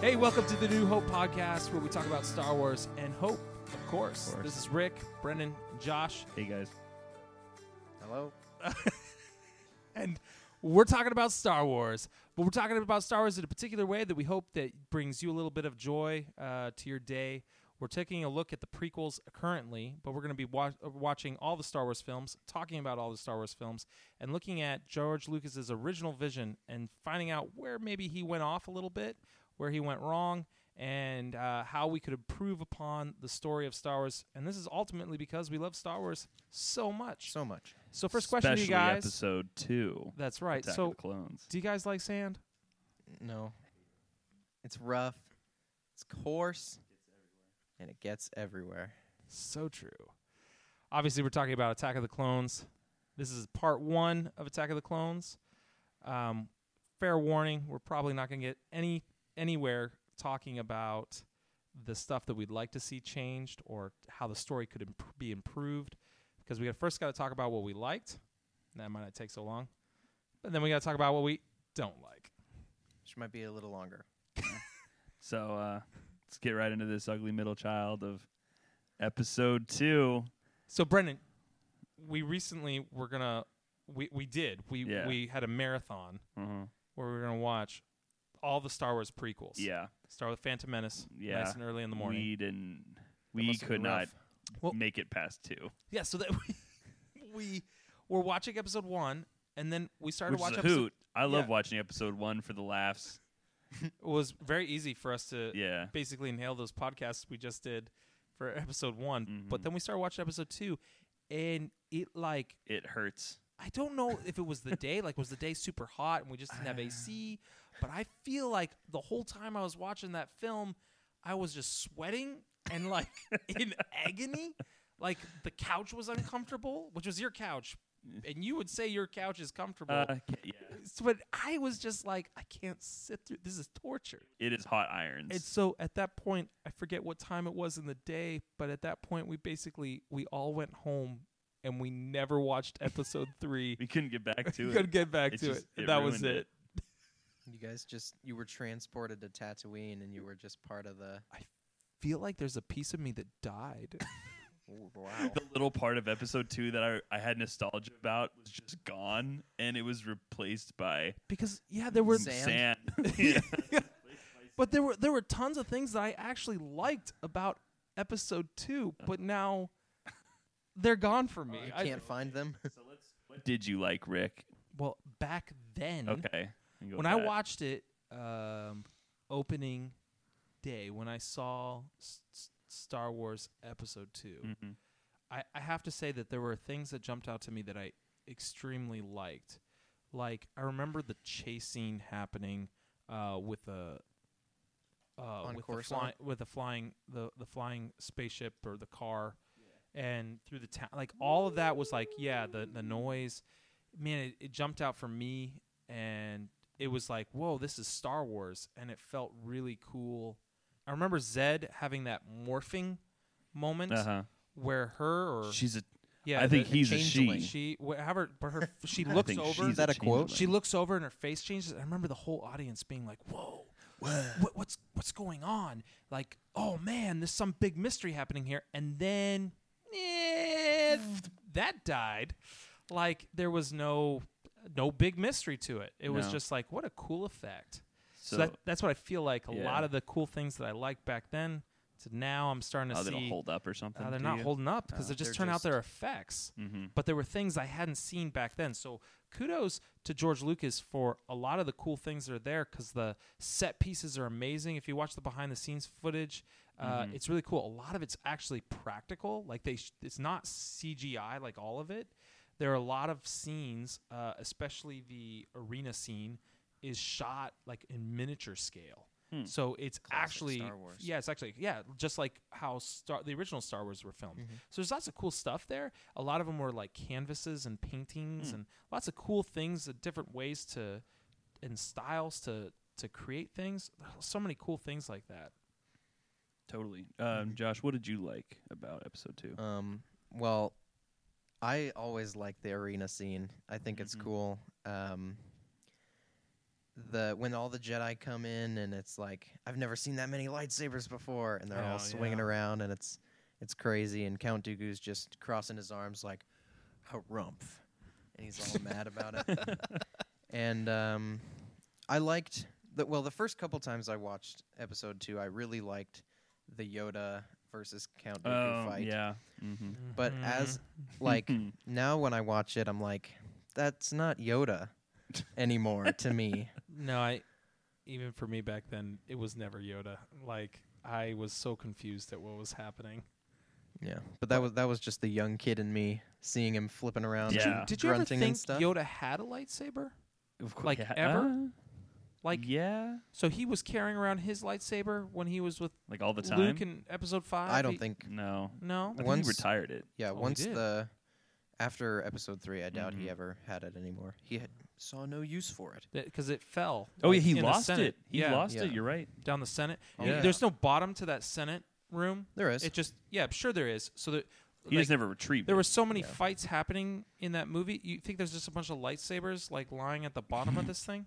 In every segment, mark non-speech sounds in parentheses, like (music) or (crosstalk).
Hey, welcome to the New Hope podcast where we talk about Star Wars and hope, of course. Of course. This is Rick, Brennan, and Josh, Hey guys. Hello. and we're talking about Star Wars, but we're talking about Star Wars in a particular way that we hope that brings you a little bit of joy uh, to your day. We're taking a look at the prequels currently, but we're going to be wa- uh, watching all the Star Wars films, talking about all the Star Wars films, and looking at George Lucas's original vision and finding out where maybe he went off a little bit, where he went wrong, and uh, how we could improve upon the story of Star Wars. And this is ultimately because we love Star Wars so much. So much. So, first question to you Especially guys. Episode two. That's right. Attack so, of the clones. do you guys like sand? No. It's rough. It's coarse. And it gets everywhere. So true. Obviously, we're talking about Attack of the Clones. This is part one of Attack of the Clones. Um, fair warning: we're probably not going to get any anywhere talking about the stuff that we'd like to see changed or how the story could imp- be improved, because we got first got to talk about what we liked. That might not take so long, but then we got to talk about what we don't like. Which might be a little longer. So uh, let's get right into this ugly middle child of episode two. So Brendan, we recently were gonna we we did we Yeah. we had a marathon Uh-huh. where we were gonna watch all the Star Wars prequels. Yeah. Start with Phantom Menace. Yeah. Nice and early in the morning. We didn't. That We must have could been not rough. Well- make it past two. yeah. So that (laughs) we, we were watching episode one, and then we started Which is watching. a Episode, hoot. I love yeah. watching episode one for the laughs. it was very easy for us to Yeah. basically inhale those podcasts we just did for episode one. But Mhm. then we started watching episode two, and it like It hurts. I don't know if it was the day, like was the day super hot and we just didn't have AC, but I feel like the whole time I was watching that film, I was just sweating and like (laughs) in agony. Like the couch was uncomfortable, which was your couch, and you would say your couch is comfortable. Uh, yeah. So- but I was just like, I can't sit through this is torture. It is hot irons. And so at that point, I forget what time it was in the day, but at that point we basically we all went home and we never watched episode (laughs) 3 we couldn't (laughs) get back to you it. couldn't get back It to just- it. it That was ruined it. it. You guys just you were transported to Tatooine and you were just part of the Feel like there's a piece of me that died. (laughs) Ooh, wow. the little part of episode two that I, I had nostalgia about was just gone and it was replaced by Because yeah, there were (laughs) Sand. sand. (laughs) Yeah. but there were there were tons of things that I actually liked about episode 2, but now they're gone for me. You I- Oh, can't find them. What did you like, Rick? (laughs) well, back then Okay. you can go Mm-hmm. when with I that. watched it um opening day when I saw S- S- Star Wars episode 2, Mhm. I, I have to say that there were things that jumped out to me that I extremely liked. Like I remember the chase scene happening uh, with the uh, On with the, fly, Coruscant? with the flying the, the flying spaceship or the car, and through the town. Like all of that was like yeah the the noise, man it, it jumped out for me and it was like whoa this is Star Wars and it felt really cool. I remember Zed having that morphing moment Uh-huh. where her or She's a yeah, I think the- he's a changeling. she. she wh- however, but (laughs) her she I looks think over. she's Is that a quote? changeling. she looks over and her face changes. I remember the whole audience being like, "Whoa, what, what's what's going on?" Like, "Oh man, there's some big mystery happening here." And then eh, that died. Like there was no no big mystery to it. It was No. just like, "What a cool effect." So, so, that, that's what I feel like. A Yeah. lot of the cool things that I liked back then to now, I'm starting to oh, they don't see. hold up or something. Uh, they're to not you? holding up because Oh. they just They're turn out their just- effects. Mhm. But there were things I hadn't seen back then. So kudos to George Lucas for a lot of the cool things that are there because the set pieces are amazing. If you watch the behind the scenes footage, uh, Mhm. it's really cool. A lot of it's actually practical. Like they, sh- it's not CGI like all of it. There are a lot of scenes, uh, especially the arena scene, is shot like in miniature scale. Hmm. So it's Classic actually Star Wars. yeah, it's actually yeah, just like how Star the original Star Wars were filmed. Mm-hmm. So there's lots of cool stuff there. A lot of them were like canvases and paintings Hmm. and lots of cool things, uh, different ways to and styles to to create things. (sighs) So many cool things like that. Totally. Um, Josh, what did you like about episode two? Um, well, Mm-hmm. I always like the arena scene. I think it's Mhm. cool. Um, the when all the Jedi come in and it's like I've never seen that many lightsabers before, and they're Oh, all swinging yeah. around and it's it's crazy. And Count Dooku's just crossing his arms like harumph, and he's all mad about it. (laughs) And um, I liked the well the first couple times I watched Episode Two, I really liked the Yoda versus Count Dooku Oh, fight. yeah. hmm But Mhm. as (laughs) like now when I watch it, I'm like, that's not Yoda anymore to me. (laughs) no, I even for me back then it was never Yoda. Like I was so confused at what was happening. Yeah, but that was that was just the young kid in me seeing him flipping around. Did you- and Did you ever grunting and think stuff. Yoda had a lightsaber? Of course, Like, ever? Like yeah, so he was carrying around his lightsaber when he was with like all the time. Luke in episode 5. I don't He- think. no, No. I think Once- he retired it. Yeah, Oh, he once did. the after episode three, I doubt Mm-hmm. he Mhm. ever had it anymore. He had, saw no use for it. because it fell. Oh yeah, like, he in the lost Senate. it. He yeah, lost it. Yeah. You're right. down the Senate. Oh, And yeah. There's no bottom to that Senate room. There is. It just yeah, I'm sure there is. So that He like, just never retrieved. there it. were so many Yeah. fights happening in that movie. You think there's just a bunch of lightsabers like lying at the bottom of this (laughs) thing,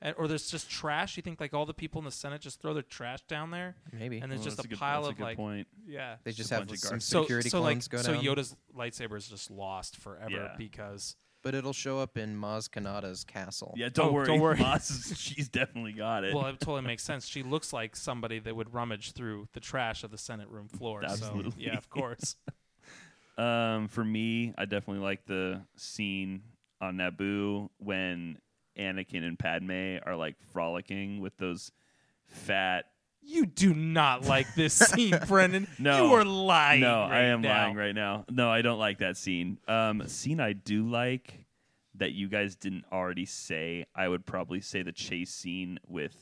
and, or there's just trash? You think like all the people in the Senate just throw their trash down there, Maybe and there's Oh, just that's a good- pile that's of a good like point. yeah. they Just a just have bunch of some garbage. So security so like clones go so down. Yoda's lightsaber is just lost forever Yeah. because but it'll show up in Maz Kanata's castle. Yeah, don't Oh, worry. (laughs) don't worry. Moss is- she's definitely got (laughs) it. well it totally makes sense. She looks like somebody that would rummage through the trash of the Senate room floor. So Absolutely. yeah, of (laughs) course. Um, for me, I definitely like the scene on Naboo when Anakin and Padme are like frolicking with those fat. You do not like this (laughs) scene, Brendan. No. you are lying. no, I right am now. lying right now. No, I don't like that scene. Um, a scene I do like that you guys didn't already say. I would probably say the chase scene with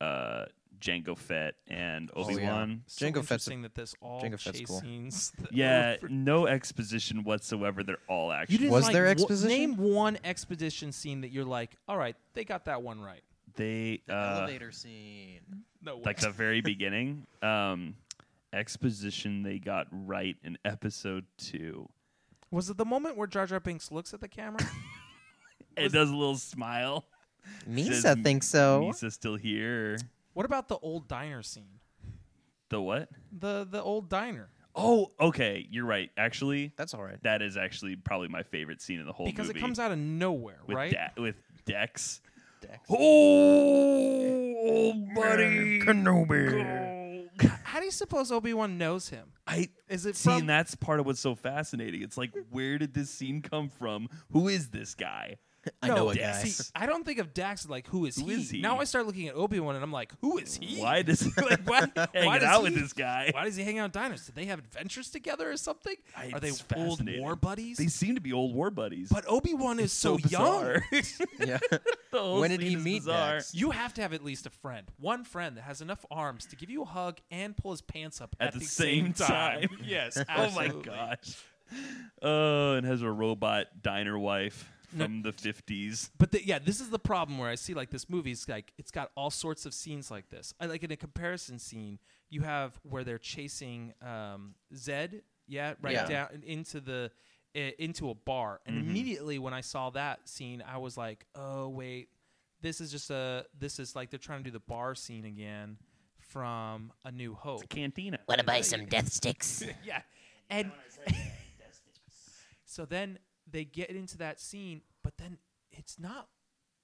uh Jango Fett and Oh, Obi yeah. Wan. So Jango Fett's- interesting that this all Jango Fett's chase cool. scenes. that Yeah, are for- no exposition whatsoever. They're all (laughs) action. you didn't Was like there wo- exposition? name one expedition scene that you're like, all right, they got that one right. they The uh, elevator scene. No way. like the very beginning um exposition they got right in episode two was it the moment where Jar Jar Binks looks at the (laughs) camera? it does a little smile Says Misa M- thinks Oh? so. Misa's still here what about the old diner scene? the what The the old diner oh okay you're right actually That's all right. that is actually probably my favorite scene in the whole because movie it comes out of nowhere, with right? Da- with dex Dex. oh buddy Kenobi. Go. How do you suppose Obi Wan knows him? i Is it See, from and that's part of what's so fascinating. It's like, where did this scene come from? Who is this guy? I know a Dax- (laughs) guy. see, I don't think of Dax as like who is, Who he? is he? Now I start looking at Obi Wan and I'm like, who is he? Why does he like (laughs) why, hang why it does out he, with this guy? Why does he hang out at diners? Did they have adventures together or something? I- Are they it's old fascinating. war buddies? They seem to be old war buddies. but Obi Wan is so, young. bizarre. (laughs) Yeah. The whole When did scene he is meet bizarre. (laughs) Dax? you have to have at least a friend, one friend that has enough arms to give you a hug and pull his pants up at, At the same time. (laughs) time. yes. Oh my absolutely. gosh. Oh, and has a robot diner wife No. from the fifties. But the, yeah, this is the problem where I see like this movie's like it's got all sorts of scenes like this. I like in a comparison scene, you have where they're chasing um, Zed, yeah, right Yeah. down into the uh, into a bar, and immediately when I saw that scene, I was like, oh wait, this is just a this is like they're trying to do the bar scene again from A New Hope. Cantina. Want to buy some death sticks? yeah, and (laughs) so then they get into that scene, but then it's not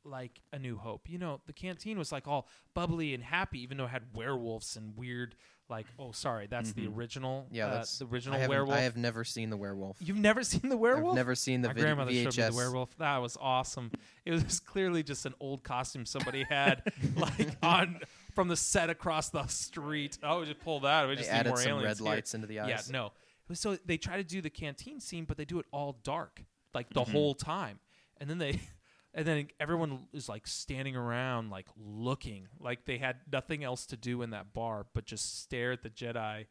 like a new hope you know the canteen was like all bubbly and happy even though it had werewolves and weird like oh sorry that's the original Mm-hmm. Yeah, uh, that's the I original haven't- werewolf I have never seen the werewolf. you've never seen the werewolf I've never seen the my vid- grandmother showed me VHS. the werewolf. That was awesome. It was (laughs) clearly just an old costume somebody had, (laughs) like on from the set across the street. Oh, we just pull that. We They just need added more some aliens red here. lights into the eyes. Yeah, no. So they try to do the canteen scene, but they do it all dark, like Mm-hmm. the whole time, and then they. (laughs) And then everyone is like standing around, like looking, like they had nothing else to do in that bar but just stare at the (laughs) Jedi,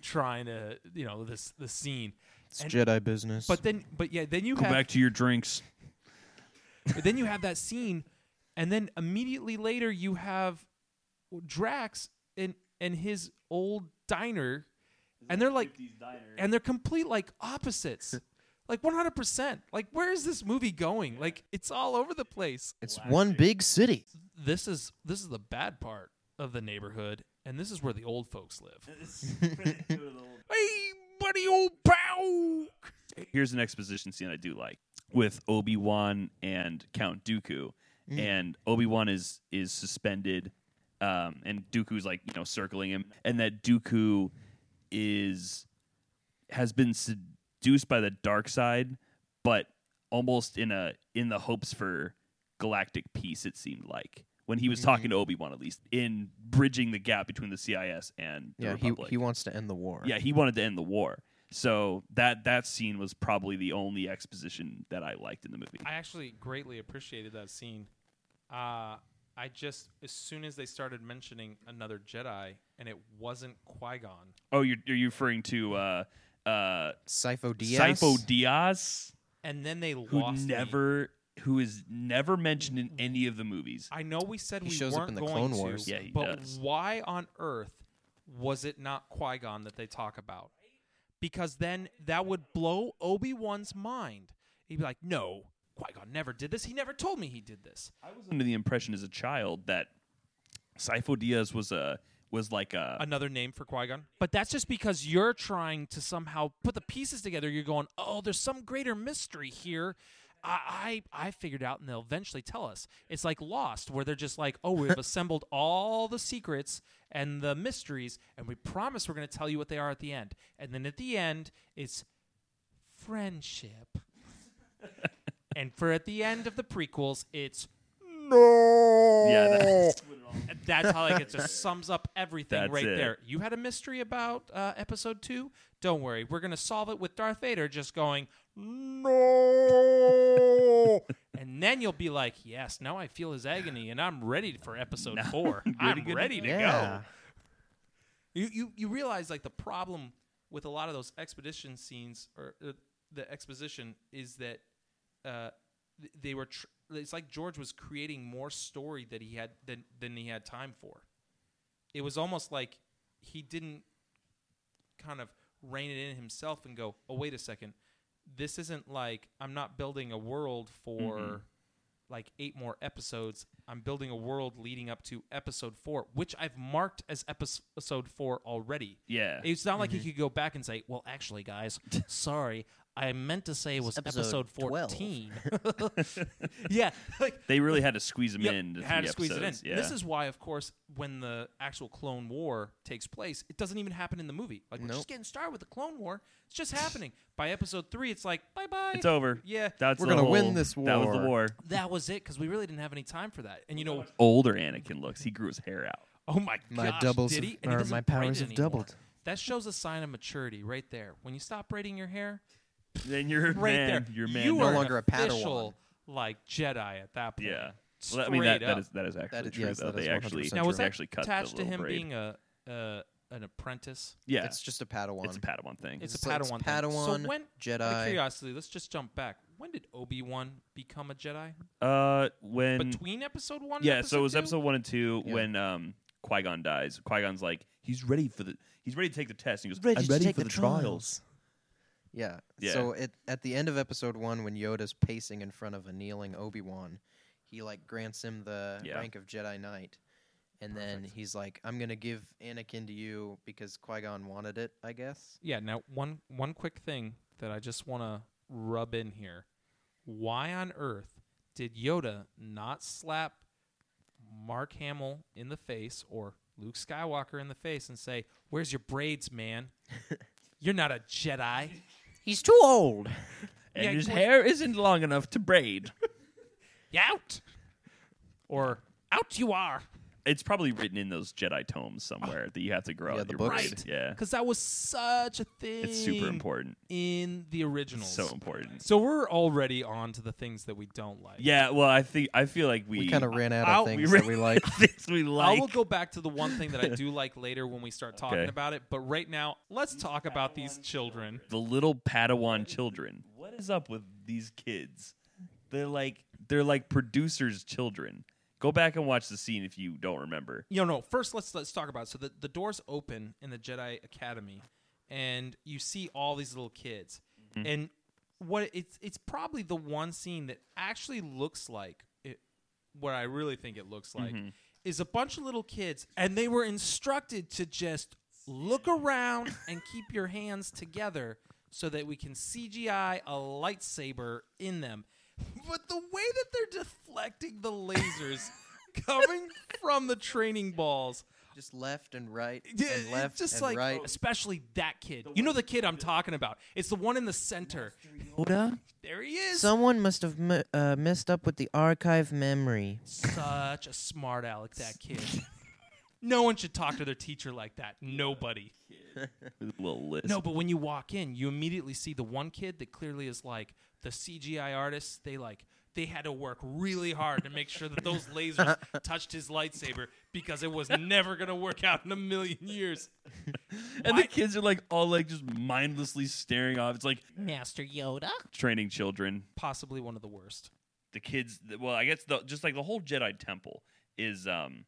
trying to, you know, this the scene. It's And- Jedi business. But then, but yeah, then you Go have back to your drinks. but then you have that scene, and then immediately later you have Drax and and his (laughs) old diner, and they're like, and they're complete like opposites. Like 100%. Like where is this movie going? Like it's all over the place. It's one big city. This is this is the bad part of the neighborhood and this is where the old folks live. Hey, buddy old pal. Here's an exposition scene I do like with Obi Wan and Count Dooku, Mm. and Obi Wan is is suspended, um, and Dooku's like you know circling him, and that Dooku is has been seduced by the dark side, but almost in a in the hopes for galactic peace. It seemed like when he was Mm-hmm. talking to Obi Wan, at least in bridging the gap between the CIS and the Yeah, he, Republic. he wants to end the war. Yeah, he wanted to end the war. So that that scene was probably the only exposition that I liked in the movie. I actually greatly appreciated that scene. Uh, I just as soon as they started mentioning another Jedi and it wasn't Qui Gon. Oh, you're, you're referring to uh, uh, Sifo Diaz. Sifo Diaz, And then they who lost me. never who is never mentioned in any of the movies. I know we said He we shows up weren't in the going Clone to, Wars. Yeah, he but does. why on earth was it not Qui Gon that they talk about? Because then that would blow Obi Wan's mind. He'd be like, "No, Qui Gon never did this. He never told me he did this." I was under the impression as a child that Sifo Diaz was a was like a Another name for Qui Gon, but that's just because you're trying to somehow put the pieces together. You're going, "Oh, there's some greater mystery here." I, I I figured out, and they'll eventually tell us. It's like Lost, where they're just like, "Oh, we've assembled all the secrets and the mysteries, and we promise we're going to tell you what they are at the end." And then at the end, it's friendship. and for at the end of the prequels, it's yeah. (laughs) That's, that's how like it (laughs) just sums up everything That's right it. there. You had a mystery about uh, episode two. Don't worry, we're gonna solve it with Darth Vader just going no, (laughs) and then you'll be like, yes, now I feel his agony, and I'm ready for episode four. I'm ready to Yeah. go. You, you you realize like the problem with a lot of those expedition scenes or uh, the exposition is that uh, th- they were tr- it's like George was creating more story that he had than than he had time for. It was almost like he didn't kind of rein it in himself and go, "Oh wait a second. This isn't like I'm not building a world for like eight more episodes. I'm building a world leading up to episode 4, which I've marked as epis- episode 4 already." yeah. It's not like he could go back and say, "Well, actually, (laughs) guys, sorry, I meant to say it was episode, episode 12." fourteen. (laughs) yeah, like (laughs) They really had to squeeze him yep, in. had to three squeeze it in. episodes, Yeah. This is why, of course, when the actual Clone War takes place, it doesn't even happen in the movie. Like we're Nope. just getting started with the Clone War. It's just happening. By episode three, it's like bye bye. it's over. Yeah, That's We're the gonna win whole- this That was the war. war. that was it because we really didn't have any time for that. Oh And you know, Older Anakin looks. He grew his hair out. oh my My gosh, doubles did have- he? And he or doesn't my braid powers it have anymore. doubled. That shows a sign of maturity right there. When you stop braiding your hair, Then you're a right man. there. You're a man. You now. are (laughs) No longer an a Padawan. official, like Jedi at that point. Yeah. Straight Well, I mean that, up. that is that is actually is- true yes, though. that is They actually 100% now was true. that actually cut the attached to little him braid. being a uh, an apprentice? yeah. It's just a Padawan. It's a Padawan thing. It's, It's a like- Padawan. it's thing. Padawan, so when, Out of Jedi. curiosity, let's just jump back. When did Obi Wan become a Jedi? uh, when Between Episode One. yeah, and so it was two? episode one and two Yeah. when um Qui Gon dies. Qui Gon's like he's ready for the he's ready to take the test. And he goes, ready I'm to ready take for the trials. Yeah. Yeah. So it, at the end of episode one, when Yoda's pacing in front of a kneeling Obi Wan, he like grants him the Yeah. rank of Jedi Knight, and then he's like, "I'm gonna give Anakin to you because Qui Gon wanted it, I guess." Yeah. Now one one quick thing that I just want to rub in here. Why on earth did Yoda not slap Mark Hamill in the face or Luke Skywalker in the face and say, "Where's your braids, (laughs) man? You're not a Jedi." He's too old. (laughs) And Yeah, his well- hair isn't long enough (laughs) to braid. You out. Or out you are. it's probably written in those Jedi tomes somewhere that you have to grow Yeah, out the your books. braid. Right. Yeah, Because that was such a thing. it's super important. In the originals. So important. So we're already on to the things that we don't like. Yeah. Well, I think I feel like we (laughs) We kind of ran out I'll- of things that we (laughs) like. things we like. I will go back to the one thing that (laughs) I do like later when we start talking Okay. about it. But right now, let's talk about these children. the little Padawan children. What is up with these kids? They're like they're like producers' children. Go back and watch the scene if you don't remember. You know, first let's let's talk about it. so the, the doors open in the Jedi Academy, and you see all these little kids, and what it's it's probably the one scene that actually looks like it, what I really think it looks like is a bunch of little kids and they were instructed to just look around and keep your hands together so that we can CGI a lightsaber in them. (laughs) But the way that they're deflecting the lasers coming from the training balls Just left and right (laughs) yeah, and it's left just and like right. especially that kid. you know the kid I'm talking about. It's the one in the center. oh, There he is. Someone must have m- uh, messed up with the archive memory. Such a smart aleck that kid. (laughs) no one should talk to their teacher like that. Nobody. With a little list. No, but when you walk in, you immediately see the one kid that clearly is like the CGI artists. They like they had to work really hard to make sure that (laughs) those lasers touched his lightsaber because it was never going to work out in a million years. and Why- the kids are like all like just mindlessly staring off. It's like Master Yoda? training children. Possibly one of the worst. The kids. Well, I guess the, just like the whole Jedi Temple is. um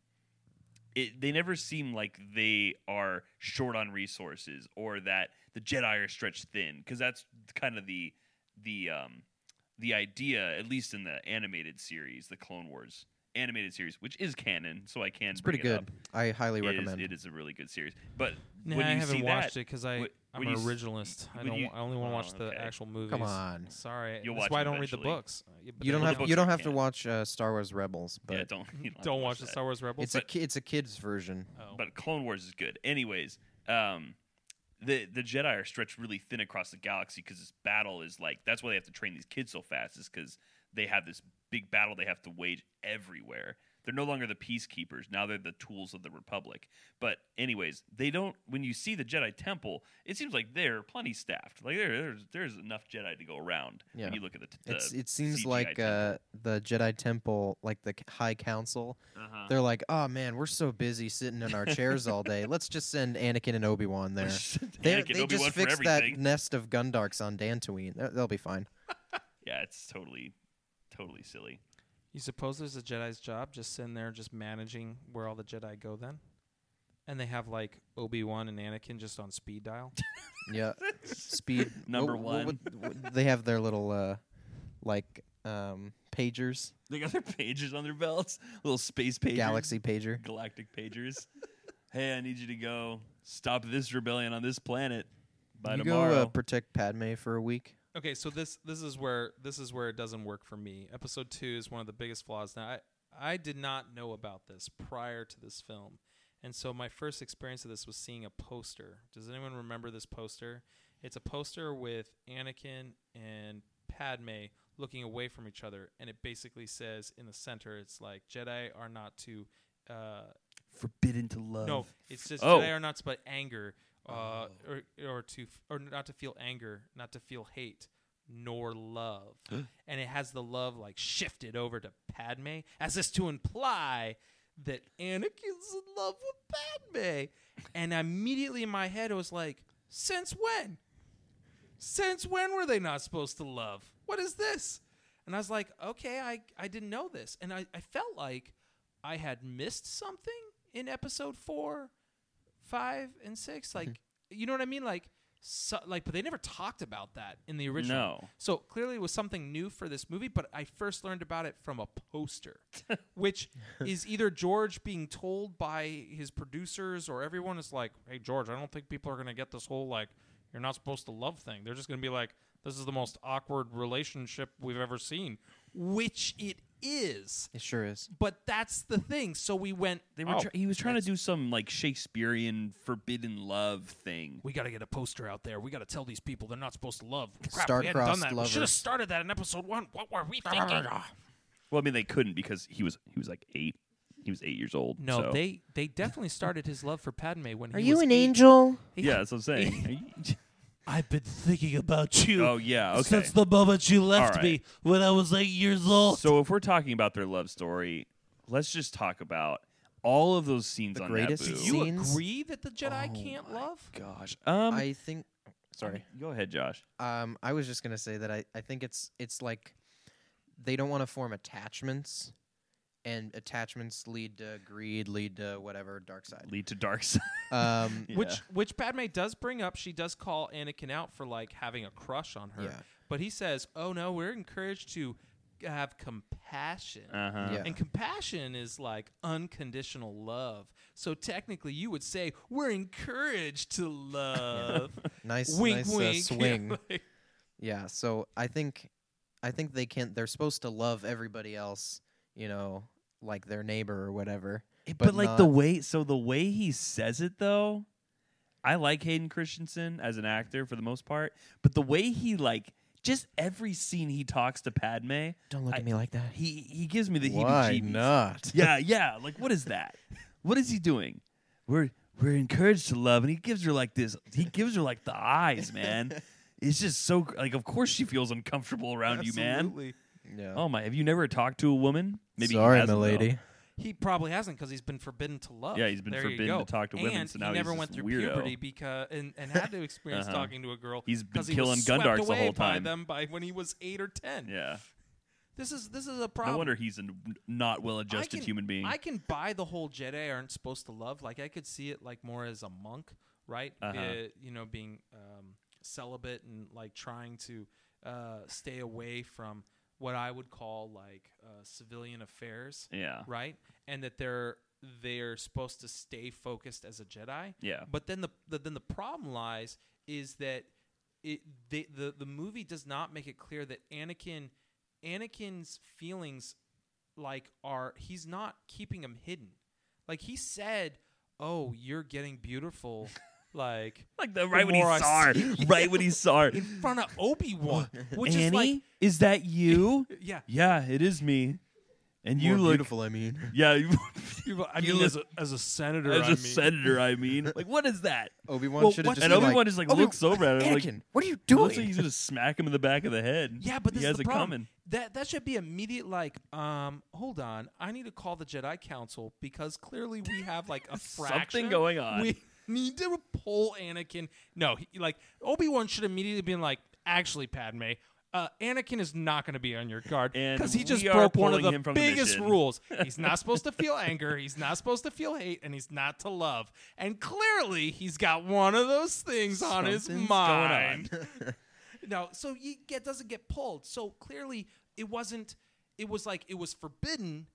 it, they never seem like they are short on resources or that the Jedi are stretched thin because that's kind of the the um, the idea at least in the animated series, the Clone Wars animated series, which is canon, so I can It's pretty bring it good. up. I highly It is- recommend. it is a really good series, but Nah, when I you haven't see watched that, it because I wh- I'm when an you s- originalist. I when don't. you- I only want to watch Oh, the okay. actual movies. on. Sorry, You'll that's watch why I them don't read the eventually. books. Uh, yeah, but You don't they're the have good. books you don't are have to canon. watch uh, Star Wars Rebels, but yeah, don't (laughs) you have to Don't watch the that. Star Wars Rebels. it's a ki- it's a kids version. Oh. But Clone Wars is good. Anyways, um, the the Jedi are stretched really thin across the galaxy because this battle is like that's why they have to train these kids so fast is because they have this big battle they have to wage everywhere. They're no longer the peacekeepers. Now they're the tools of the Republic. But anyways, they don't. When you see the Jedi Temple, it seems like they're plenty staffed. Like there, there's there's enough Jedi to go around. Yeah. When you look at the, t- It's the it seems CGI like temple. uh, the Jedi Temple, like the c- High Council. Uh-huh. They're like, oh man, we're so busy sitting in our chairs (laughs) all day. Let's just send Anakin and Obi Wan there. They, Anakin, they Obi-Wan just for fixed that everything. nest of Gundarks on Dantooine. They'll, they'll be fine. Yeah, it's totally, totally silly. you suppose there's a Jedi's job just sitting there, just managing where all the Jedi go then, and they have like Obi Wan and Anakin just on speed dial. (laughs) Yeah, speed Number what- what one. would- what- they have their little uh, like um, pagers, They got their pagers on their belts, little space pagers, galaxy pager. galactic pagers. hey, I need you to go stop this rebellion on this planet by you tomorrow. go uh, protect Padme for a week. okay, so this this is where this is where it doesn't work for me. Episode two is one of the biggest flaws. Now I I did not know about this prior to this film, and so my first experience of this was seeing a poster. Does anyone remember this poster? It's a poster with Anakin and Padme looking away from each other, and it basically says in the center, it's like Jedi are not to. Uh, Forbidden to love. no, it says Oh. Jedi are not to but anger, uh, or or to f- or not to feel anger, not to feel hate, nor love. and it has the love like shifted over to Padme, as if to imply that Anakin's in love with Padme. and immediately in my head, it was like, since when? Since when were they not supposed to love? What is this? And I was like, okay, I, I didn't know this. And I, I felt like I had missed something in episode four, five, and six. Like, you know what I mean? Like, so, like, but they never talked about that in the original. No. So clearly it was something new for this movie, but I first learned about it from a (laughs) poster, which is either George being told by his producers or everyone is like, hey, George, I don't think people are going to get this whole like, you're not supposed to love thing. They're just going to be like, this is the most awkward relationship we've ever seen, which it is. It sure is. But that's the thing. So we went, They were "Oh, try- he was trying to do some like Shakespearean forbidden love thing. we got to get a poster out there. We got to tell these people they're not supposed to love. Crap, we hadn't done Star-crossed that. We lovers. should have started that in episode one. What were we thinking? Well, I mean they couldn't because he was he was like eight. He was eight years old. No, so- they they definitely started his love for Padme when Are he you was an eight. angel? Yeah, that's what I'm (laughs) saying. I've been thinking about you oh yeah, okay. since the moment you All left right. me when I was eight years old. So if we're talking about their love story, let's just talk about all of those scenes The on greatest Naboo. (laughs) Do you Scenes? agree that the Jedi can't love? Gosh, um, I think. Sorry. go ahead, Josh. Um, I was just gonna say that I, I think it's it's like they don't want to form attachments, and attachments lead to greed, lead to whatever dark side. Lead to dark (laughs) side. Um, (laughs) Yeah. Which which Padme does bring up. She does call Anakin out for like having a crush on her. Yeah. But he says, "Oh no, we're encouraged to have compassion." Uh-huh. Yeah. And compassion is like unconditional love. So technically, you would say we're encouraged to love. nice, wink, nice uh, (laughs) wink. (laughs) swing. Like, Yeah, so I think I think they can they're supposed to love everybody else, you know, like their neighbor or whatever. It- but but like the not- way so the way he says it though i like hayden christensen as an actor for the most part but the way he like just every scene he talks to padme Don't look I- at me like that. he he gives me the Why heebie jeebies not? yeah yeah like what is that (laughs) what is he doing we're we're encouraged to love and he gives her like this he gives her like the eyes man (laughs) it's just so gr- like of course she feels uncomfortable around you man absolutely. Yeah. oh my have you never talked to a woman maybe he Sorry, hasn't, though. milady. He probably hasn't because he's been forbidden to love. Yeah, he's been There you forbidden to go. talk to women, And so now he he's never this went through weirdo. puberty because and, and had to experience Uh-huh. talking to a girl. He's been 'cause he was killing swept Gundarks the away whole By time. them by when he was eight or ten. yeah This is this is a problem. No wonder he's a n- I not well-adjusted can- human being. I can buy the whole Jedi aren't supposed to love. Like I could see it like more as a monk, right? Uh-huh. Uh, you know, being um, celibate and like trying to uh, stay away from what I would call like uh, civilian affairs, yeah, right? And that they're they're supposed to stay focused as a Jedi. yeah, But then the, the then the problem lies is that it they, the the movie does not make it clear that Anakin Anakin's feelings like are he's not keeping them hidden. Like he said, "Oh, you're getting (laughs) beautiful." like like the right when he more I saw her. see- (laughs) right when he saw her. in front of Obi-Wan, which Annie, is like (laughs) that you? yeah, yeah, it is me. And you More look, beautiful, I mean. yeah, you, (laughs) I You mean, look- as a, as a senator, as I a mean, (laughs) senator, I mean, like what is that? Obi Wan Well, should have what- just and been Obi Wan like, just like "Obi- looks over at him, like, Anakin, what are you it doing? looks like he's gonna smack him in the back of the head. Yeah, but this he has is the it problem. coming. That that should be immediate. Like, um, hold on, I need to call the Jedi Council because clearly (laughs) we have like a Something fraction going on. We need to pull Anakin. No, he, like Obi Wan should immediately been like, actually, Padme. Uh, Anakin is not going to be on your guard And because he just we are broke one of pulling the him from the biggest mission. rules. He's (laughs) not supposed to feel anger. He's not supposed to feel hate, and he's not to love. And clearly, he's got one of those things on his Something's going mind. (laughs) on. No, so he get, doesn't get pulled. So clearly, it wasn't. It was like it was forbidden,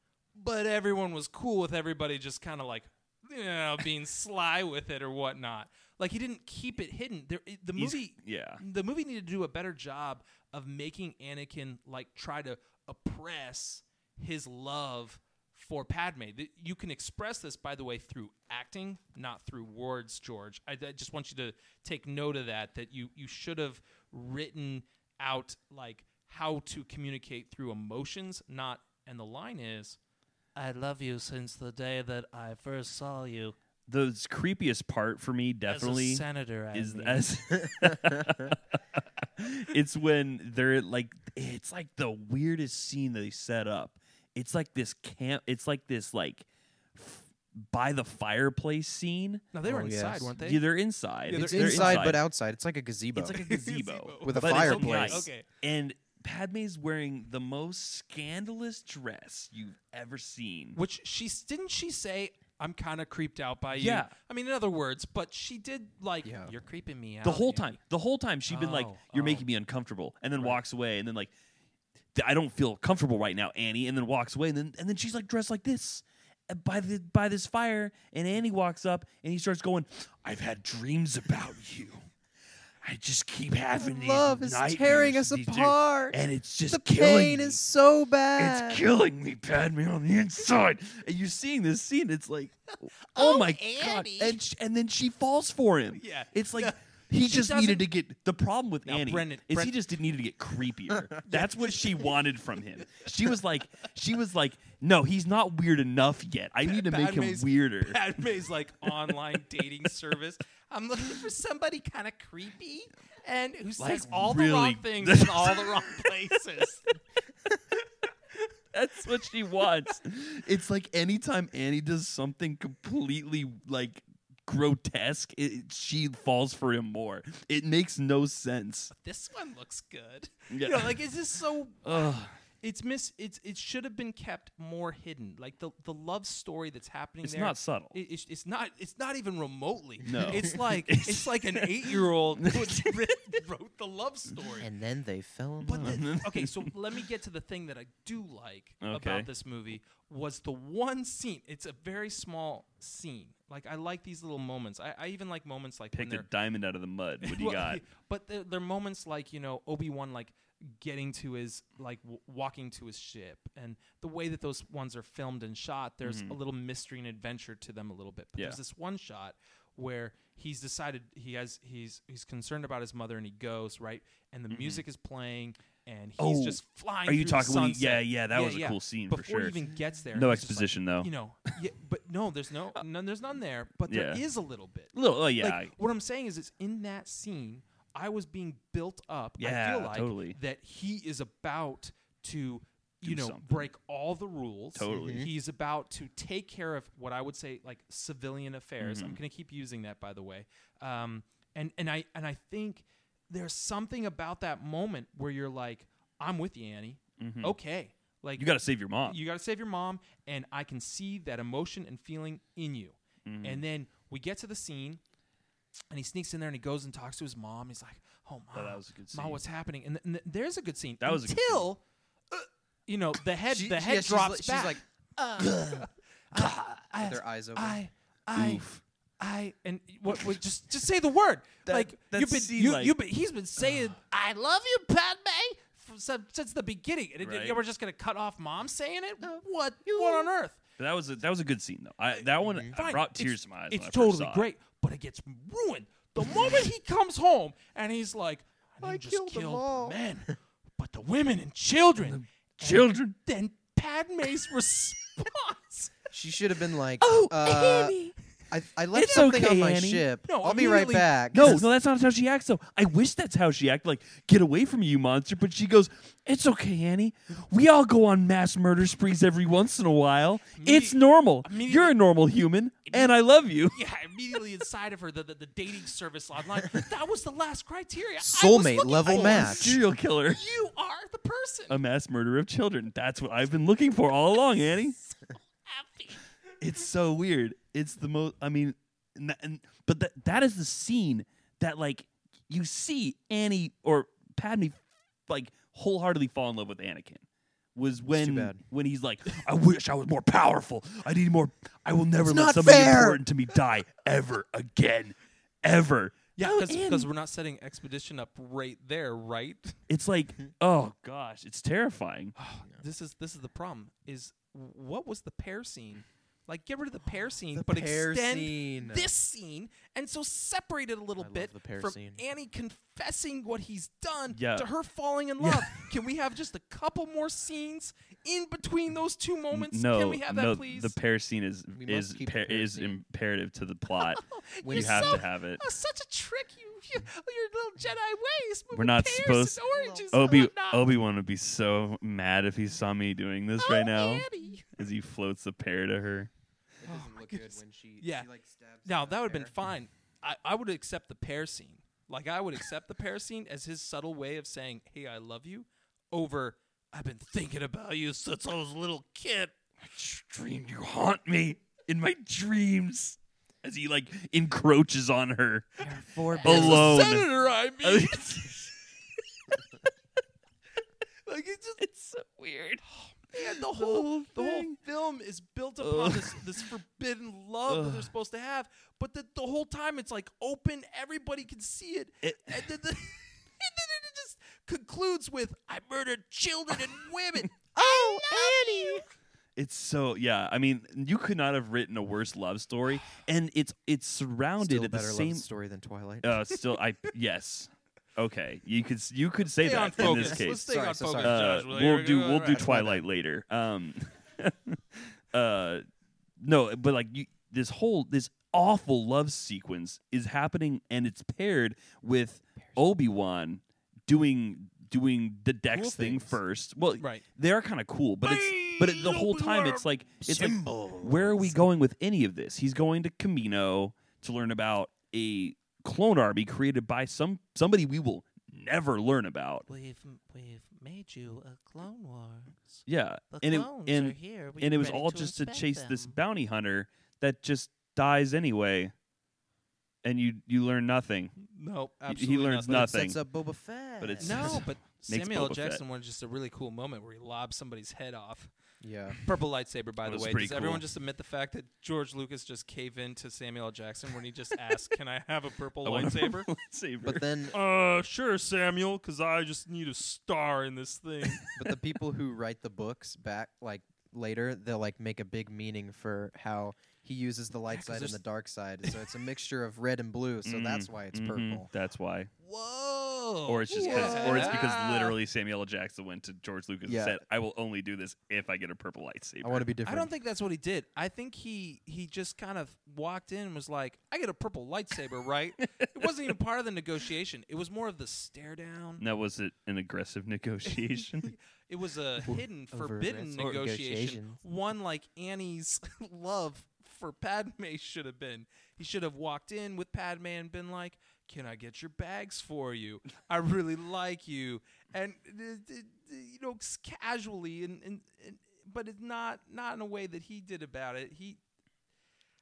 but everyone was cool with everybody just kind of like, you know, being sly with it or whatnot. Like he didn't keep it hidden. There, it- the He's- movie, yeah. the movie needed to do a better job of making Anakin like try to oppress his love for Padme. Th- You can express this, by the way, through acting, not through words, George. I, I just want you to take note of that. That you you should have written out like how to communicate through emotions, not. And the line is, I love you since the day that I first saw you. The creepiest part for me definitely As a senator, I is mean. as (laughs) it's when they're like it's like the weirdest scene they set up it's like this camp it's like this like f- by the fireplace scene "No, they were Oh, inside, yes. weren't they?" yeah, they're inside Yeah, it's they're inside, inside. but outside. It's like a gazebo. it's like a (laughs) gazebo (laughs) With a but it's at fireplace. night. Okay. and padme's wearing the most scandalous dress you've ever seen Which she didn't she say, "I'm kind of creeped out by you." Yeah. I mean, in other words, but she did like, Yeah. "You're creeping me out." the whole Andy." time the whole time she'd been like Oh, you're oh. making me uncomfortable and then walks away and then like "Th- i don't feel comfortable right now annie and then walks away and then and then she's like dressed like this uh, by the by this fire and annie walks up and he starts going i've had dreams about you i just keep having these Love is nightmares tearing and us these dreams, apart. and it's just the killing pain me. is so bad. it's killing me, Padme, on the inside. And you're seeing this scene. It's like, (laughs) oh, my Annie. god! And sh- and then she falls for him. Yeah. it's like Yeah. She he just doesn't- needed to get the problem with Now, Annie Brendan- is Bren- he just did needed to (laughs) get creepier. That's what she wanted from him. She was like, she was like, no, he's not weird enough yet. I need to make him Padme's- weirder. (laughs) Padme's like online dating service. I'm looking for somebody kind of creepy and who Like, says all the really- wrong (laughs) things in all the wrong places. That's what she wants. (laughs) it's like anytime Annie does something completely like grotesque, it, it- she falls for him more. It makes no sense. This one looks good. Yeah. You know, like it's just so Ugh. it's miss it's it should have been kept more hidden. Like the the love story that's happening It's there. not subtle. it- it's, it's not it's not even remotely. No. (laughs) It's like it's, like an 8-year-old who writ- wrote the love story. And then they fell in But love. the, okay, so let me get to the thing that I do like Okay. about this movie was the one scene. It's a very small scene. Like I like these little moments. I, I even like moments like when Pick a they're diamond out of the mud. (laughs) What do you well, got? But there, there are moments like you know Obi Wan like getting to his like w- walking to his ship, and the way that those ones are filmed and shot, there's a little mystery and adventure to them a little bit. But Mm-hmm. Yeah. there's this one shot where he's decided he has he's he's concerned about his mother, and he goes right, and the music is playing. And he's Mm-hmm. Oh, just flying. are you through the talking when he- sunset. yeah, yeah, that was a cool scene for Before sure. he even gets there, No he's just like, exposition, though. You know, yeah, but no, there's (laughs) no, none, there's none there. But there is Yeah. a little bit. Little, oh yeah, Like, what I'm saying is, it's in that scene, I was being built up. I Yeah, feel like totally. that he is about to, you Do know, something. break all the rules. Totally. Mhm. He's about to take care of what I would say like civilian affairs. Mm-hmm. I'm going to keep using that, by the way. Um, and and I and I think there's something about that moment where you're like, I'm with you, Annie. Okay. Like Mm-hmm. you got to save your mom. you got to save your mom and i can see that emotion and feeling in you Mm-hmm. and then we get to the scene and he sneaks in there and he goes and talks to his mom he's like oh mom, that was a good Ma, scene. what's happening and, th- and th- there's a good scene That was a good scene. until uh, you know the head She- the yeah, head she's drops like- she's back like, I, I, their eyes open. I I I and what, what just just say the word That- like that you've been scene, you, like- you've been he's been saying I love you Padme f- since, since the beginning and it- Right. yeah, we're just gonna cut off mom saying it what what on earth But that was a, that was a good scene though. I, that one Fine. brought It's- tears to my eyes. when It's I first totally saw it. great, but it gets ruined the moment he comes home and he's like, "I, didn't killed just them kill all." the men, but the women and children." And (laughs) children. then Padme's (laughs) response. She should have been like, "Oh, Annie, I, I left It's something okay, on my Annie." ship. No, I'll be right immediately- back." (laughs) No, (laughs) no, that's not how she acts though. I wish that's how she acted. Like, get away from me, you monster! But she goes, "It's okay, Annie. We all go on mass murder sprees every once in a while. it's normal. immediately- You're a normal human, and I love you." Yeah, immediately inside of her, the, the, the dating service online. That was the last criteria. I was Soulmate looking level for. match. Serial killer, You are the person. a mass murderer of children. That's what I've been looking for all along, Annie. Happy. it's so weird. It's the most. I mean, and, that- and- but that that is the scene that like you see Annie or Padme like wholeheartedly fall in love with Anakin. Was when bad. when he's like, I wish I was more powerful. I need more. I will never It's let not somebody fair." important to me die ever again, ever. Yeah, Oh, because Annie. we're not setting expedition up right there, right? it's like, Mm-hmm. oh gosh, it's terrifying. This is this is the problem. Is what was the pear scene? Like get rid of the pear scene, The but pear extend uh, scene. this scene, and so separate it a little I love bit the pear from scene. Annie confessing what he's done Yeah. to her falling in (laughs) love. Can we have just a couple more scenes in between those two moments? No, Can we have no, that, please? the pair scene is We must is keep the par- pear is scene. imperative (laughs) to the plot. When you you have Oh, so- to have it. Oh, such a trick, you, you your little Jedi ways. We're moving not pears supposed- and oranges (laughs) and Obi whatnot. Obi Wan would be so mad if he saw me doing this right Oh, now Annie. as he floats the pear to her. Oh, It doesn't look good when she, Yeah. she like stabs. Now the that would have been hair. fine. I, I would accept the pear scene. Like I would accept the pear scene as his subtle way of saying, "Hey, I love you," over "I've been thinking about you since I was a little kid." I just dreamed you haunt me in my dreams. As he like encroaches on her As a alone. senator, (laughs) I mean, like it's just Oh, it's so weird. man, the whole whole the whole thing. film is built upon Ugh. this this forbidden love that they're Ugh. supposed to have, but the, the whole time it's like open, everybody can see it, It- and then the, (laughs) and then it just concludes with "I murdered children and women." oh, Annie! It's so yeah. I mean, you could not have written a worse love story, and it's it's surrounded Still at the better love same. story than Twilight. Uh, still, I yes. Okay, you could s- you could say Stay on that in this focus. case. Let's stay Sorry, on so focus, sorry. Uh, Josh. we'll do we'll do Alright. Twilight later. Um, (laughs) uh, no, but like you, this whole this awful love sequence is happening, and it's paired with Obi Wan doing doing the Dex Cool thing things. first. Well, Right. they are kind of cool, but it's but it, the whole time it's like it's like, where are we going with any of this? He's going to Camino to learn about a clone army created by some somebody we will never learn about. We've we've made you a Clone Wars. Yeah, The and it clones and are here. We and it are was ready all just to inspect chase this them. bounty hunter that just dies anyway, and you you learn nothing. Nope. He- he Absolutely learns nothing. But it nothing. sets up Boba Fett. But it's- No, but Makes Samuel Boba Fett. Jackson wanted just a really cool moment where he lobs somebody's head off. (laughs) yeah. Purple lightsaber, by That the was way. pretty Does everyone cool. just admit the fact that George Lucas just caved in to Samuel L. Jackson when he just asked, "Can I have a purple I want a lightsaber?" (laughs) lightsaber. But then, uh, sure, Samuel, because I just need a star in this thing. but the (laughs) people who write the books back like later, they'll like make a big meaning for how he uses the light 'cause side and there's- Mm-hmm. the dark side. So it's a mixture of red and blue. So Mm, that's why it's mhm, purple. That's why. Whoa! Or it's just because, Whoa. or it's because Oh. Yeah. literally Samuel L. Jackson went to George Lucas Yeah. and said, "I will only do this if I get a purple lightsaber." I want to be different. I don't think that's what he did. I think he he just kind of walked in and was like, "I get a purple lightsaber, right?" it wasn't even part of the negotiation. It was more of the stare down. Now, was it an (laughs) aggressive negotiation? It was a hidden, over forbidden aggressive. Or negotiation. negotiations. One like Annie's (laughs) love for Padme should have been. He should have walked in with Padme and been like, "Can I get your bags for you? I really like you." And uh, d- d- you know, s- casually, and, and, and but it's not not in a way that he did about it. He.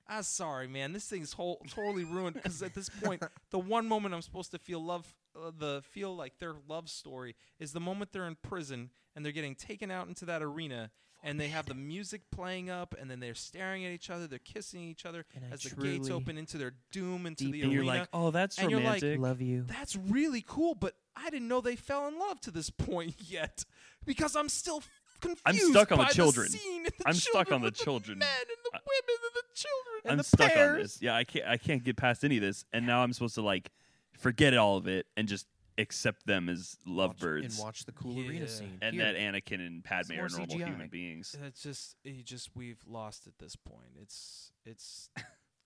I'm Ah, sorry, man. This thing's whole, totally ruined because at this (laughs) point, the one moment I'm supposed to feel love, uh, the feel like their love story is the moment they're in prison and they're getting taken out into that arena and they have the music playing up and then they're staring at each other, they're kissing each other And I as the gates truly, open into their doom into the deep and arena. you're like, "Oh, that's And you're like, romantic." you. That's really cool, but I didn't know they fell in love to this (laughs) point yet because I'm still f- confused. I'm stuck on the by children. scene and the I'm stuck children on the with children. The men and the I- women and the children. I'm and the stuck on pears. this. Yeah, I can't. I can't get past any of this, and now I'm supposed to like forget all of it and just accept them as and lovebirds, watch the cool Yeah. arena scene. and Here. that Anakin and Padme more are normal CGI. human beings. It's just, it just we've lost at this point. It's (laughs) it's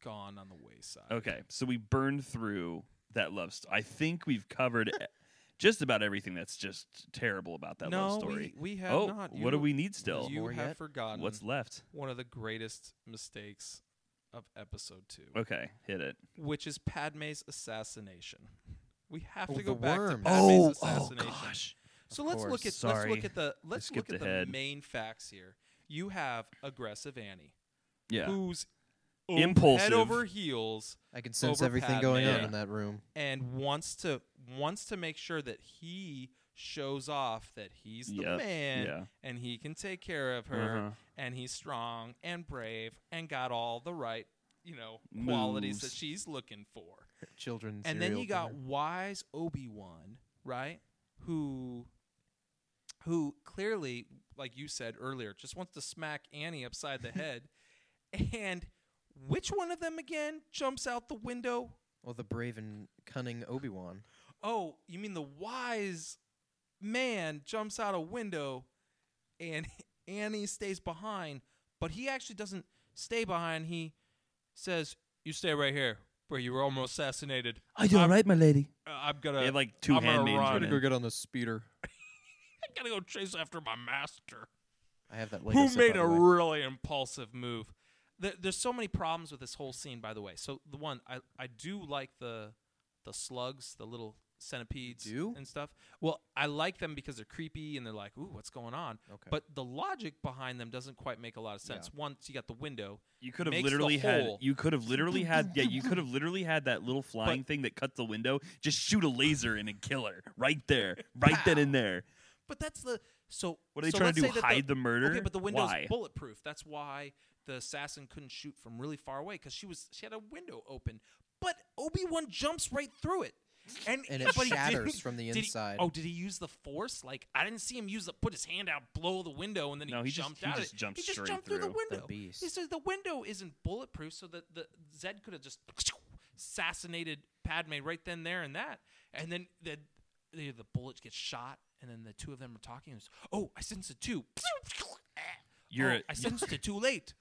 gone on the wayside. Okay, so we burned through that love. St- I think we've covered e- just about everything that's just terrible about that no, love story. We, we have oh, not. what do You- we need still? You More have yet? forgotten What's left? one of the greatest mistakes of episode two, Okay, hit it. which is Padme's assassination. We have Oh, to go the back worm. to Padme's Oh, oh, assassination. gosh. So let's look course. at let's Sorry. look at the let's look skipped at the ahead. main facts here. You have aggressive Annie, Yeah. who's o- Impulsive. head over heels, I can sense over everything Padme. going on Yeah. in that room. and wants to wants to make sure that he shows off that he's the Yep, man uh, yeah. and he can take care of her Uh-huh. and he's strong and brave and got all the right you know qualities that Moves. she's looking for Children. and then serial you got killer. wise obi-wan right who who clearly like you said earlier just wants to smack annie upside (laughs) the head and which one of them again jumps out the window well, the brave and cunning Obi Wan. Oh, you mean the wise man jumps out a window and (laughs) Annie stays behind, but he actually doesn't stay behind. He says, You stay right here where you were almost assassinated. Are you all right, my lady? Uh, I've got to They have like 2 I'm gonna handmaids run. running. get on the speeder. I gotta go chase after my master. I have that. Lego who set, made by a the way. (laughs) really impulsive move. There, there's so many problems with this whole scene, by the way. So the one I, I do like the the slugs, the little centipedes Do? and stuff. Well, I like them because they're creepy and they're like, ooh, what's going on? Okay. But the logic behind them doesn't quite make a lot of sense. Once you got the window, You could have makes the literally had. hole. You could have literally had. (laughs) Yeah, you could have literally had that little flying But- thing that cut the window. Just shoot a laser and then kill her right there, right then and there. but that's the so. What are they so trying let's to do? say that Hide the, murder? Okay, but the window's Why? bulletproof. That's why the assassin couldn't shoot from really far away because she was she had a window open. But Obi Wan jumps right through it, and, And it but he shatters didn't- from the did he- inside. oh, did he use the force? Like I didn't see him use the put his hand out, blow the window, and then No, he, he just- jumped he out. of just it. jumped he just straight jumped through, through. the The window. beast. He says the window isn't bulletproof, so that the Zed could have just assassinated Padme right then, there, and that, and then the the, the bullet gets shot, and then the two of them are talking. And it's, oh, I sensed it too. You're Oh, a- I sensed it too late.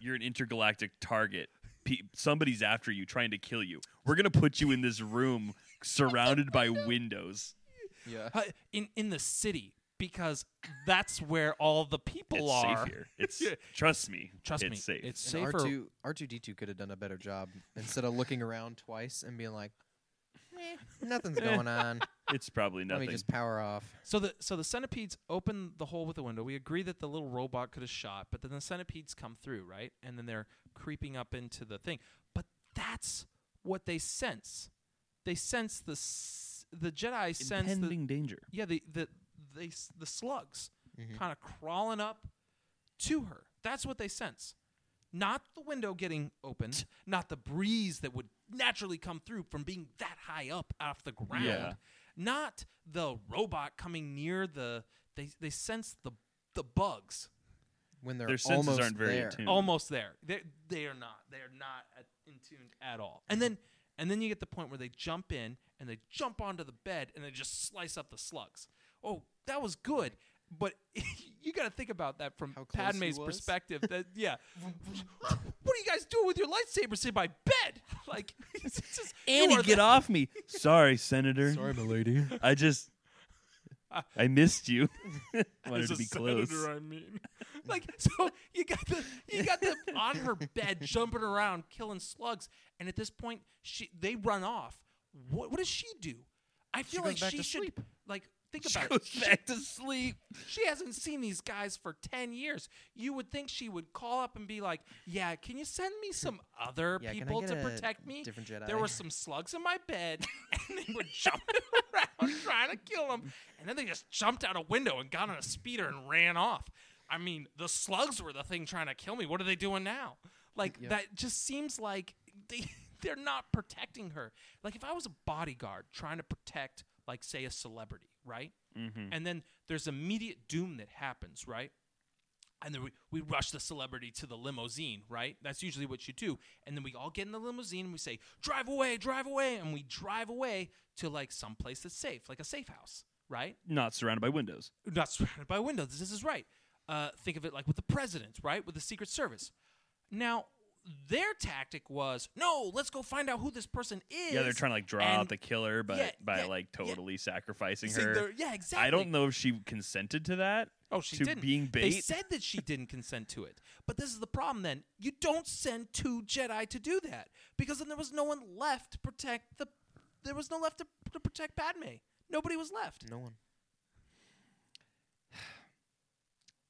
You're an intergalactic target. Pe- somebody's after you, trying to kill you. We're gonna put you in this room (laughs) surrounded by windows. yeah. Uh, in in the city because that's where all the people It's are. safe here. (laughs) It's trust me. Trust it's me, safe. it's And safer. R two R two D two could have done a better job instead of looking around twice and being like, (laughs) Nothing's going on. It's probably Let nothing. me just power off. So the so the centipedes open the hole with the window. We agree that the little robot could have shot, but then the centipedes come through, right? And then they're creeping up into the thing. But that's what they sense. They sense the s- the Jedi sense the, Impending danger. yeah the the they s- the slugs Mhm. kind of crawling up to her. That's what they sense. Not the window getting opened, not the breeze that would naturally come through from being that high up off the ground, Yeah. not the robot coming near the. They, they sense the the bugs When they're Their senses almost aren't very there. attuned. almost there. They they are not. They are not at, in tuned at all. And then and then you get the point where they jump in and they jump onto the bed and they just slice up the slugs. Oh, that was good. But (laughs) you got to think about that from How close he Padme's was? perspective. (laughs) That yeah, what are you guys doing with your lightsabers in my bed? (laughs) Like, it's just, you Annie, are get the- (laughs) off me. Sorry, Senator. Sorry, my lady. I just. I (laughs) missed you. Wanted As to a be close. senator, I mean, like so you got the you got the on her bed jumping around killing slugs, and at this point she they run off. What what does she do? I feel goes like back she to should sleep. like think She about it. goes back to sleep. She hasn't seen these guys for ten years. You would think she would call up and be like, "Yeah, can you send me some other Yeah, can I people get to a protect me?" different Jedi? There were some slugs in my bed, (laughs) and they were jumping (laughs) around trying to kill them. And then they just jumped out a window and got on a speeder and ran off. I mean, the slugs were the thing trying to kill me. What are they doing now? Like Yep. that just seems like they (laughs) they're not protecting her. Like if I was a bodyguard trying to protect, like say, a celebrity, right? And then there's immediate doom that happens, right? and then we, we rush the celebrity to the limousine, right? That's usually what you do. And then we all get in the limousine and we say, drive away, drive away. And we drive away to like some place that's safe, like a safe house, right? Not surrounded by windows. Not surrounded by windows. This is right. Uh, think of it like with the president, right? With the Secret Service. Now, their tactic was, no, let's go find out who this person is. Yeah, they're trying to like draw and- out the killer, but yeah, by yeah, like yeah. totally sacrificing See, her. they're- yeah, exactly. I don't know if she consented to that. Oh, she to didn't. being They bait? said that she didn't consent to it. But this is the problem then. You don't send two Jedi to do that because then there was no one left to protect the there was no left to, to protect Padme. Nobody was left. No one.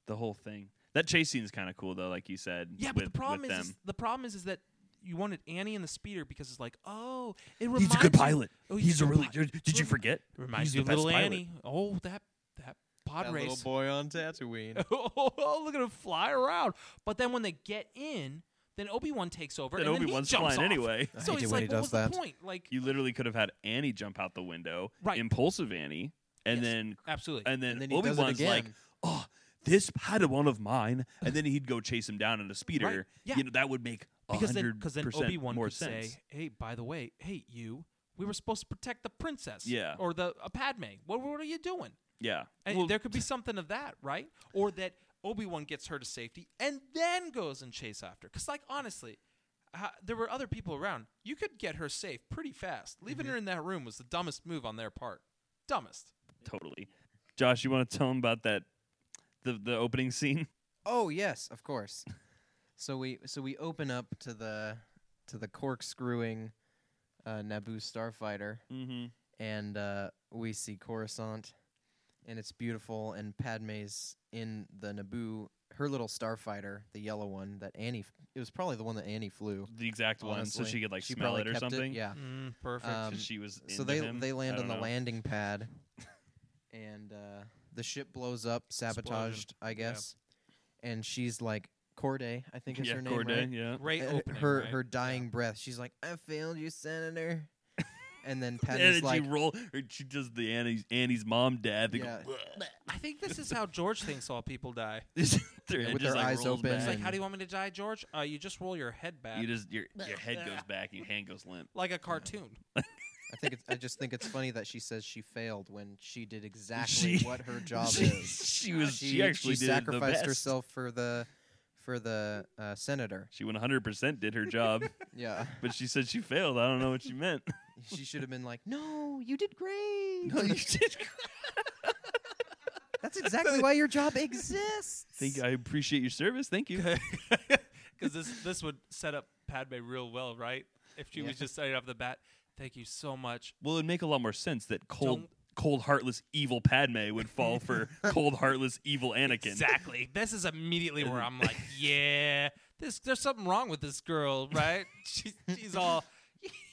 The whole thing. That chase scene is kind of cool though, like you said. Yeah, but with, the problem with is, them. is the problem is is that you wanted Annie and the speeder because it's like, oh, it reminds he's a good you- pilot. Oh, he's, a good really. pilot. Did, did you Rem- forget? Reminds he's you the of little best pilot. Annie. Oh, that that pod That race. little boy on Tatooine. (laughs) oh, look at him fly around. But then when they get in, then Obi Wan takes over. Then and then he Obi-Wan's jumps flying off. anyway. I So hate it he's when like, he what does was that. the point? Like, You literally could have had Annie jump out the window, Right. impulsive Annie, and Yes. then absolutely. and then, And then he Obi does it Wan's like, again. "Oh, this Padawan of mine," and then he'd go chase him down in a speeder. Right, yeah. You know that would make a because then, hundred because then percent Obi Wan more could sense. say, "Hey, by the way, hey you, we were supposed to protect the princess, Yeah. or the uh, Padme. What, what are you doing?" yeah, And Well, there could be something of that, right? Or that Obi Wan gets her to safety and then goes and chase after. Because, like, honestly, uh, there were other people around. You could get her safe pretty fast. Leaving her in that room was the dumbest move on their part. Dumbest. totally. Josh, you want to tell him about that the the opening scene? (laughs) Oh yes, of course. so we so we open up to the to the corkscrewing uh, Naboo starfighter, Mm-hmm. and uh, we see Coruscant, and it's beautiful. And Padme's in the Naboo, her little starfighter, the yellow one that Annie. f- It was probably the one that Annie flew. The exact one, so honestly. she could like She smell probably it or kept something. Yeah. Mm, perfect. Um, 'Cause she was. so into they him? they I land on don't the know. landing (laughs) pad, and uh, the ship blows up, sabotaged, I guess. And she's like Corday, I think is Yeah, her name. Corday, right? yeah. Great And opening. her right? her dying breath. She's like, "I failed (laughs) you, Senator." and then and Padme's then like, she roll. Or she does the Annie's Annie's mom dad. They go, Yeah. "Bleh." I think this is how George thinks all people (laughs) die. their head (laughs) with just, their like, eyes rolls open, back. It's like, And- how do you want me to die, George? Uh, you just roll your head (laughs) back you just your your head goes back and your hand goes limp. like a cartoon. (laughs) "I think it's, I just think it's funny that she says she failed when she did exactly She- what (laughs) her (laughs) job she, is. she was (laughs) she, actually she did it the sacrificed best. herself for the for the uh, senator. She 100 percent did her job, Yeah, but she said she failed. I don't know what she meant. she should have been like, "No, you did great. No, you (laughs) did. That's exactly why your job exists." Thank you. I appreciate your service. Thank you. because this this would set up Padme real well, right? If she Yeah. was just starting off the bat, Thank you so much. Well, it'd make a lot more sense that cold, Don't- cold, heartless, evil Padme would (laughs) fall for cold, heartless, evil Anakin. Exactly. This is immediately where I'm (laughs) like, yeah, this there's something wrong with this girl, right? She's she's all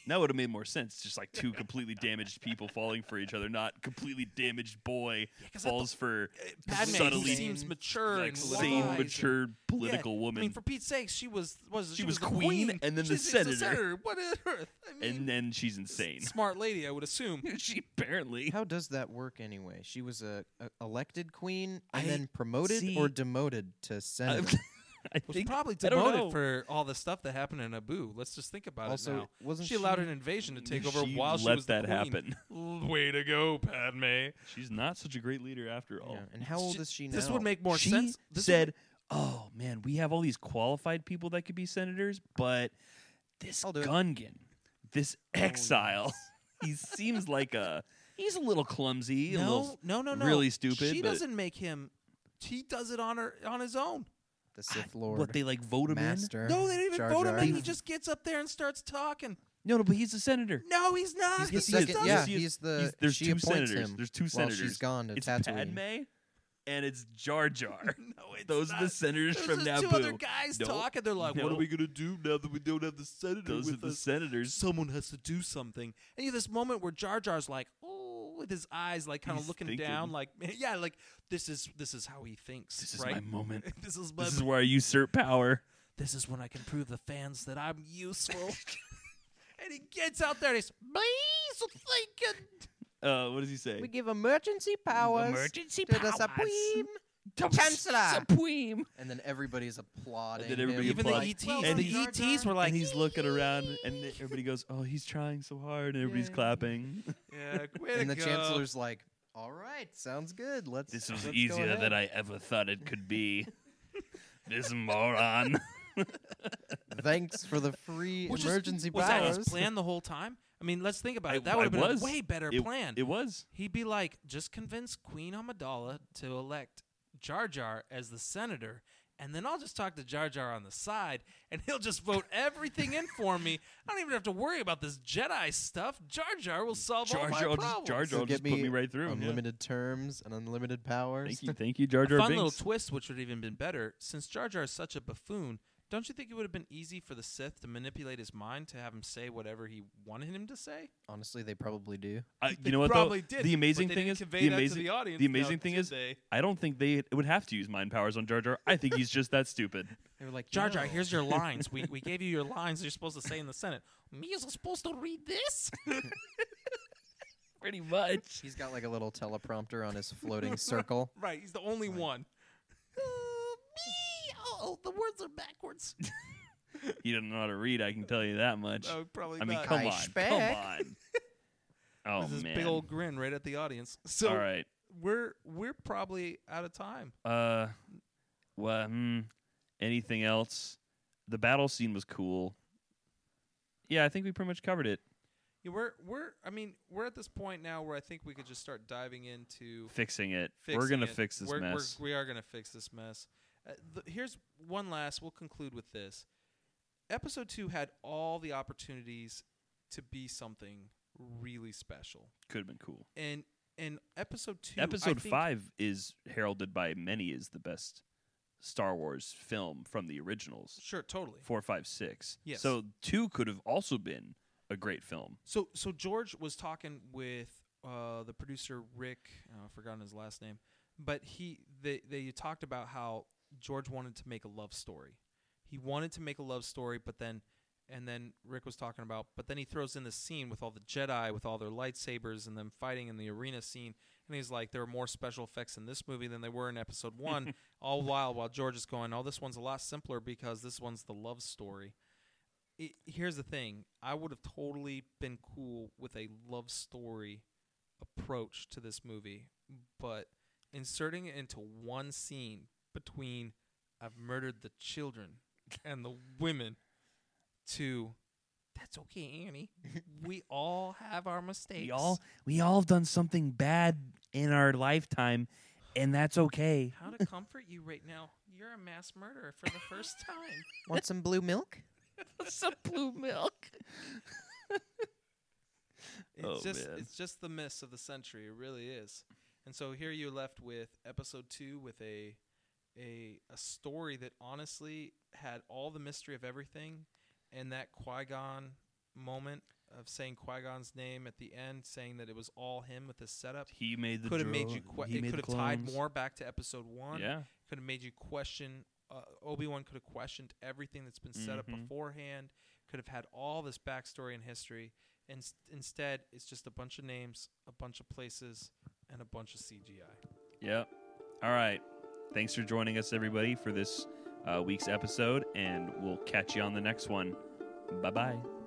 That would have made more sense. Just like two completely damaged people falling for each other, not completely damaged boy 'cause I falls for Padme subtly seems Sane. mature like and sane, wise mature and- Yeah, political woman. I mean, for Pete's sake, she was was She was the queen queen and then the She's- she's senator. What on earth? I mean, and then (laughs) she's insane. smart lady, I would assume. she apparently. (laughs) How does that work anyway? She was a, a elected queen and I- then promoted or see- demoted (laughs) to I, senator. I Was think probably I don't demoted know. for all the stuff that happened in Abu. Let's just think about it also, now. wasn't She allowed an invasion to take over she while let she was that the queen. happen. (laughs) L- Way to go, Padme. She's not such a great leader after all. Yeah, and how old She- is she now? This would make more she sense. This would said, "Oh man, we have all these qualified people that could be senators, but this I'll do it." Gungan, this Oh, exile, he seems like a he's a little clumsy, a No, little no, no, no. really stupid, She but- doesn't make him. He does it on her on his own. the Sith Lord what they like vote him master? No, they didn't even Jar vote Jar. him in. He just gets up there and starts talking. in. No, no, but he's a senator. No, he's not. He's He Yes, the just he is. second. does Yeah, it. Yes, he is. he's the. He's- there's she two appoints senators. Him There's two While senators. she's gone to it's Tatooine. Padme, and it's Jar Jar. (laughs) No, it's Those are the not. senators There's from just Naboo. two other guys No. talking. They're like, "What are No. we gonna do now that we don't have the senator Those are with the us?" senators. Someone has to do something. And you have this moment where Jar Jar's like, "Oh," with his eyes like kind of He's looking thinking. down, like, (laughs) "Yeah, like this is this is how he thinks." This is right? my moment. (laughs) this is my. This is where I (laughs) usurp power. this is when I can prove the fans that I'm useful. (laughs) and he gets out there and he's please thinking. Uh, what does he say? give emergency powers Emergency to the Supreme Chancellor. Supreme. And then everybody's applauding. And then everybody him. Even the applaud. ETs, And the he- E ETs were like, and he's looking around, and then everybody goes, "Oh, he's trying so hard," and everybody's (laughs) clapping. yeah, way to E and the go. chancellor's like, "All right, sounds good. Let's." let's go ahead." I ever thought it (laughs) could be. this moron. (laughs) Thanks for the free Which is- emergency was that powers. his plan the whole time? I mean, let's think about I- it. That I would have been was. a way better It- plan. (laughs) It was. He'd be like, just convince Queen Amidala to elect Jar Jar as the senator, and then I'll just talk to Jar Jar on the side, and he'll just vote everything in for me. I don't even have to worry about this Jedi stuff. Jar Jar will solve all Jar my Jar will just- problems. Jar Jar So will get just put me right through. yeah. Unlimited terms and unlimited powers. Thank you, thank you, Jar Jar a fun little Binks. twist, which would have even been better, since Jar Jar is such a buffoon. Don't you think it would have been easy for the Sith to manipulate his mind to have him say whatever he wanted him to say? Honestly, they probably do. I, They Uh, (laughs) you know what? probably though? did, the but amazing they thing didn't is convey the that to amazing the audience, the amazing though, thing did is they? I don't think they would have to use mind powers on Jar Jar. I think he's just that stupid. They were like, Jar Jar, "No." (laughs) here's your lines. we, we gave you your lines you're supposed to say in the Senate. Me is supposed to read this? Pretty much. He's got like a little teleprompter on his (laughs) floating circle. (laughs) right, he's the only one. Uh, me. Oh, the words are (laughs) backwards. He doesn't know how to read. I can tell you that much. Oh, probably I mean, not. come I on, (laughs) speck. come on. Oh There's this man! big old grin right at the audience. (laughs) So All right. we're we're probably out of time. Uh, well, hmm, anything else? The battle scene was cool. Yeah, I think we pretty much covered it. Yeah, we're we're I mean, we're at this point now where I think we could just start diving into Fixing it. fixing we're gonna it. fix this We're- we're- mess. we are going to fix this mess. Uh, th- here's one last. We'll conclude with this. Episode two had all the opportunities to be something really special, Could have been cool. and and episode two, I Episode think- five is heralded by many as the best Star Wars film from the originals. sure, totally. Four, five, six. Yes. So two could have also been a great film. So so George was talking with uh, the producer Rick. Uh, I've forgotten his last name, but he they they talked about how George wanted to make a love story. He wanted to make a love story, but then and then Rick was talking about, but then he throws in this scene with all the Jedi with all their lightsabers and them fighting in the arena scene. And he's like, there are more special effects in this movie than there were in episode one. all while while George is going, oh, this one's a lot simpler because this one's the love story it, here's the thing i would have totally been cool with a love story approach to this movie but inserting it into one scene between i've murdered the children and the women to that's okay annie we all have our mistakes we all have done something bad in our lifetime, and that's (laughs) okay. how to comfort you right now you're a mass murderer for the first time Want some blue milk? Some blue milk. It's Oh, just man. it's just the miss of the century. It really is. And so here you're left with episode two with a a a story that honestly had all the mystery of everything, and that Qui Gon moment of saying Qui Gon's name at the end, saying that it was all him with this setup. He made the Could have made dro- you. Que- he it made could the have tied clones. more back to episode one Yeah, could have made you question. Uh, Obi Wan could have questioned everything that's been set up Mhm. beforehand. Could have had all this backstory and history. And instead, it's just a bunch of names, a bunch of places, and a bunch of CGI. yeah. All right. Thanks for joining us, everybody, for this uh, week's episode, and we'll catch you on the next one. Bye bye.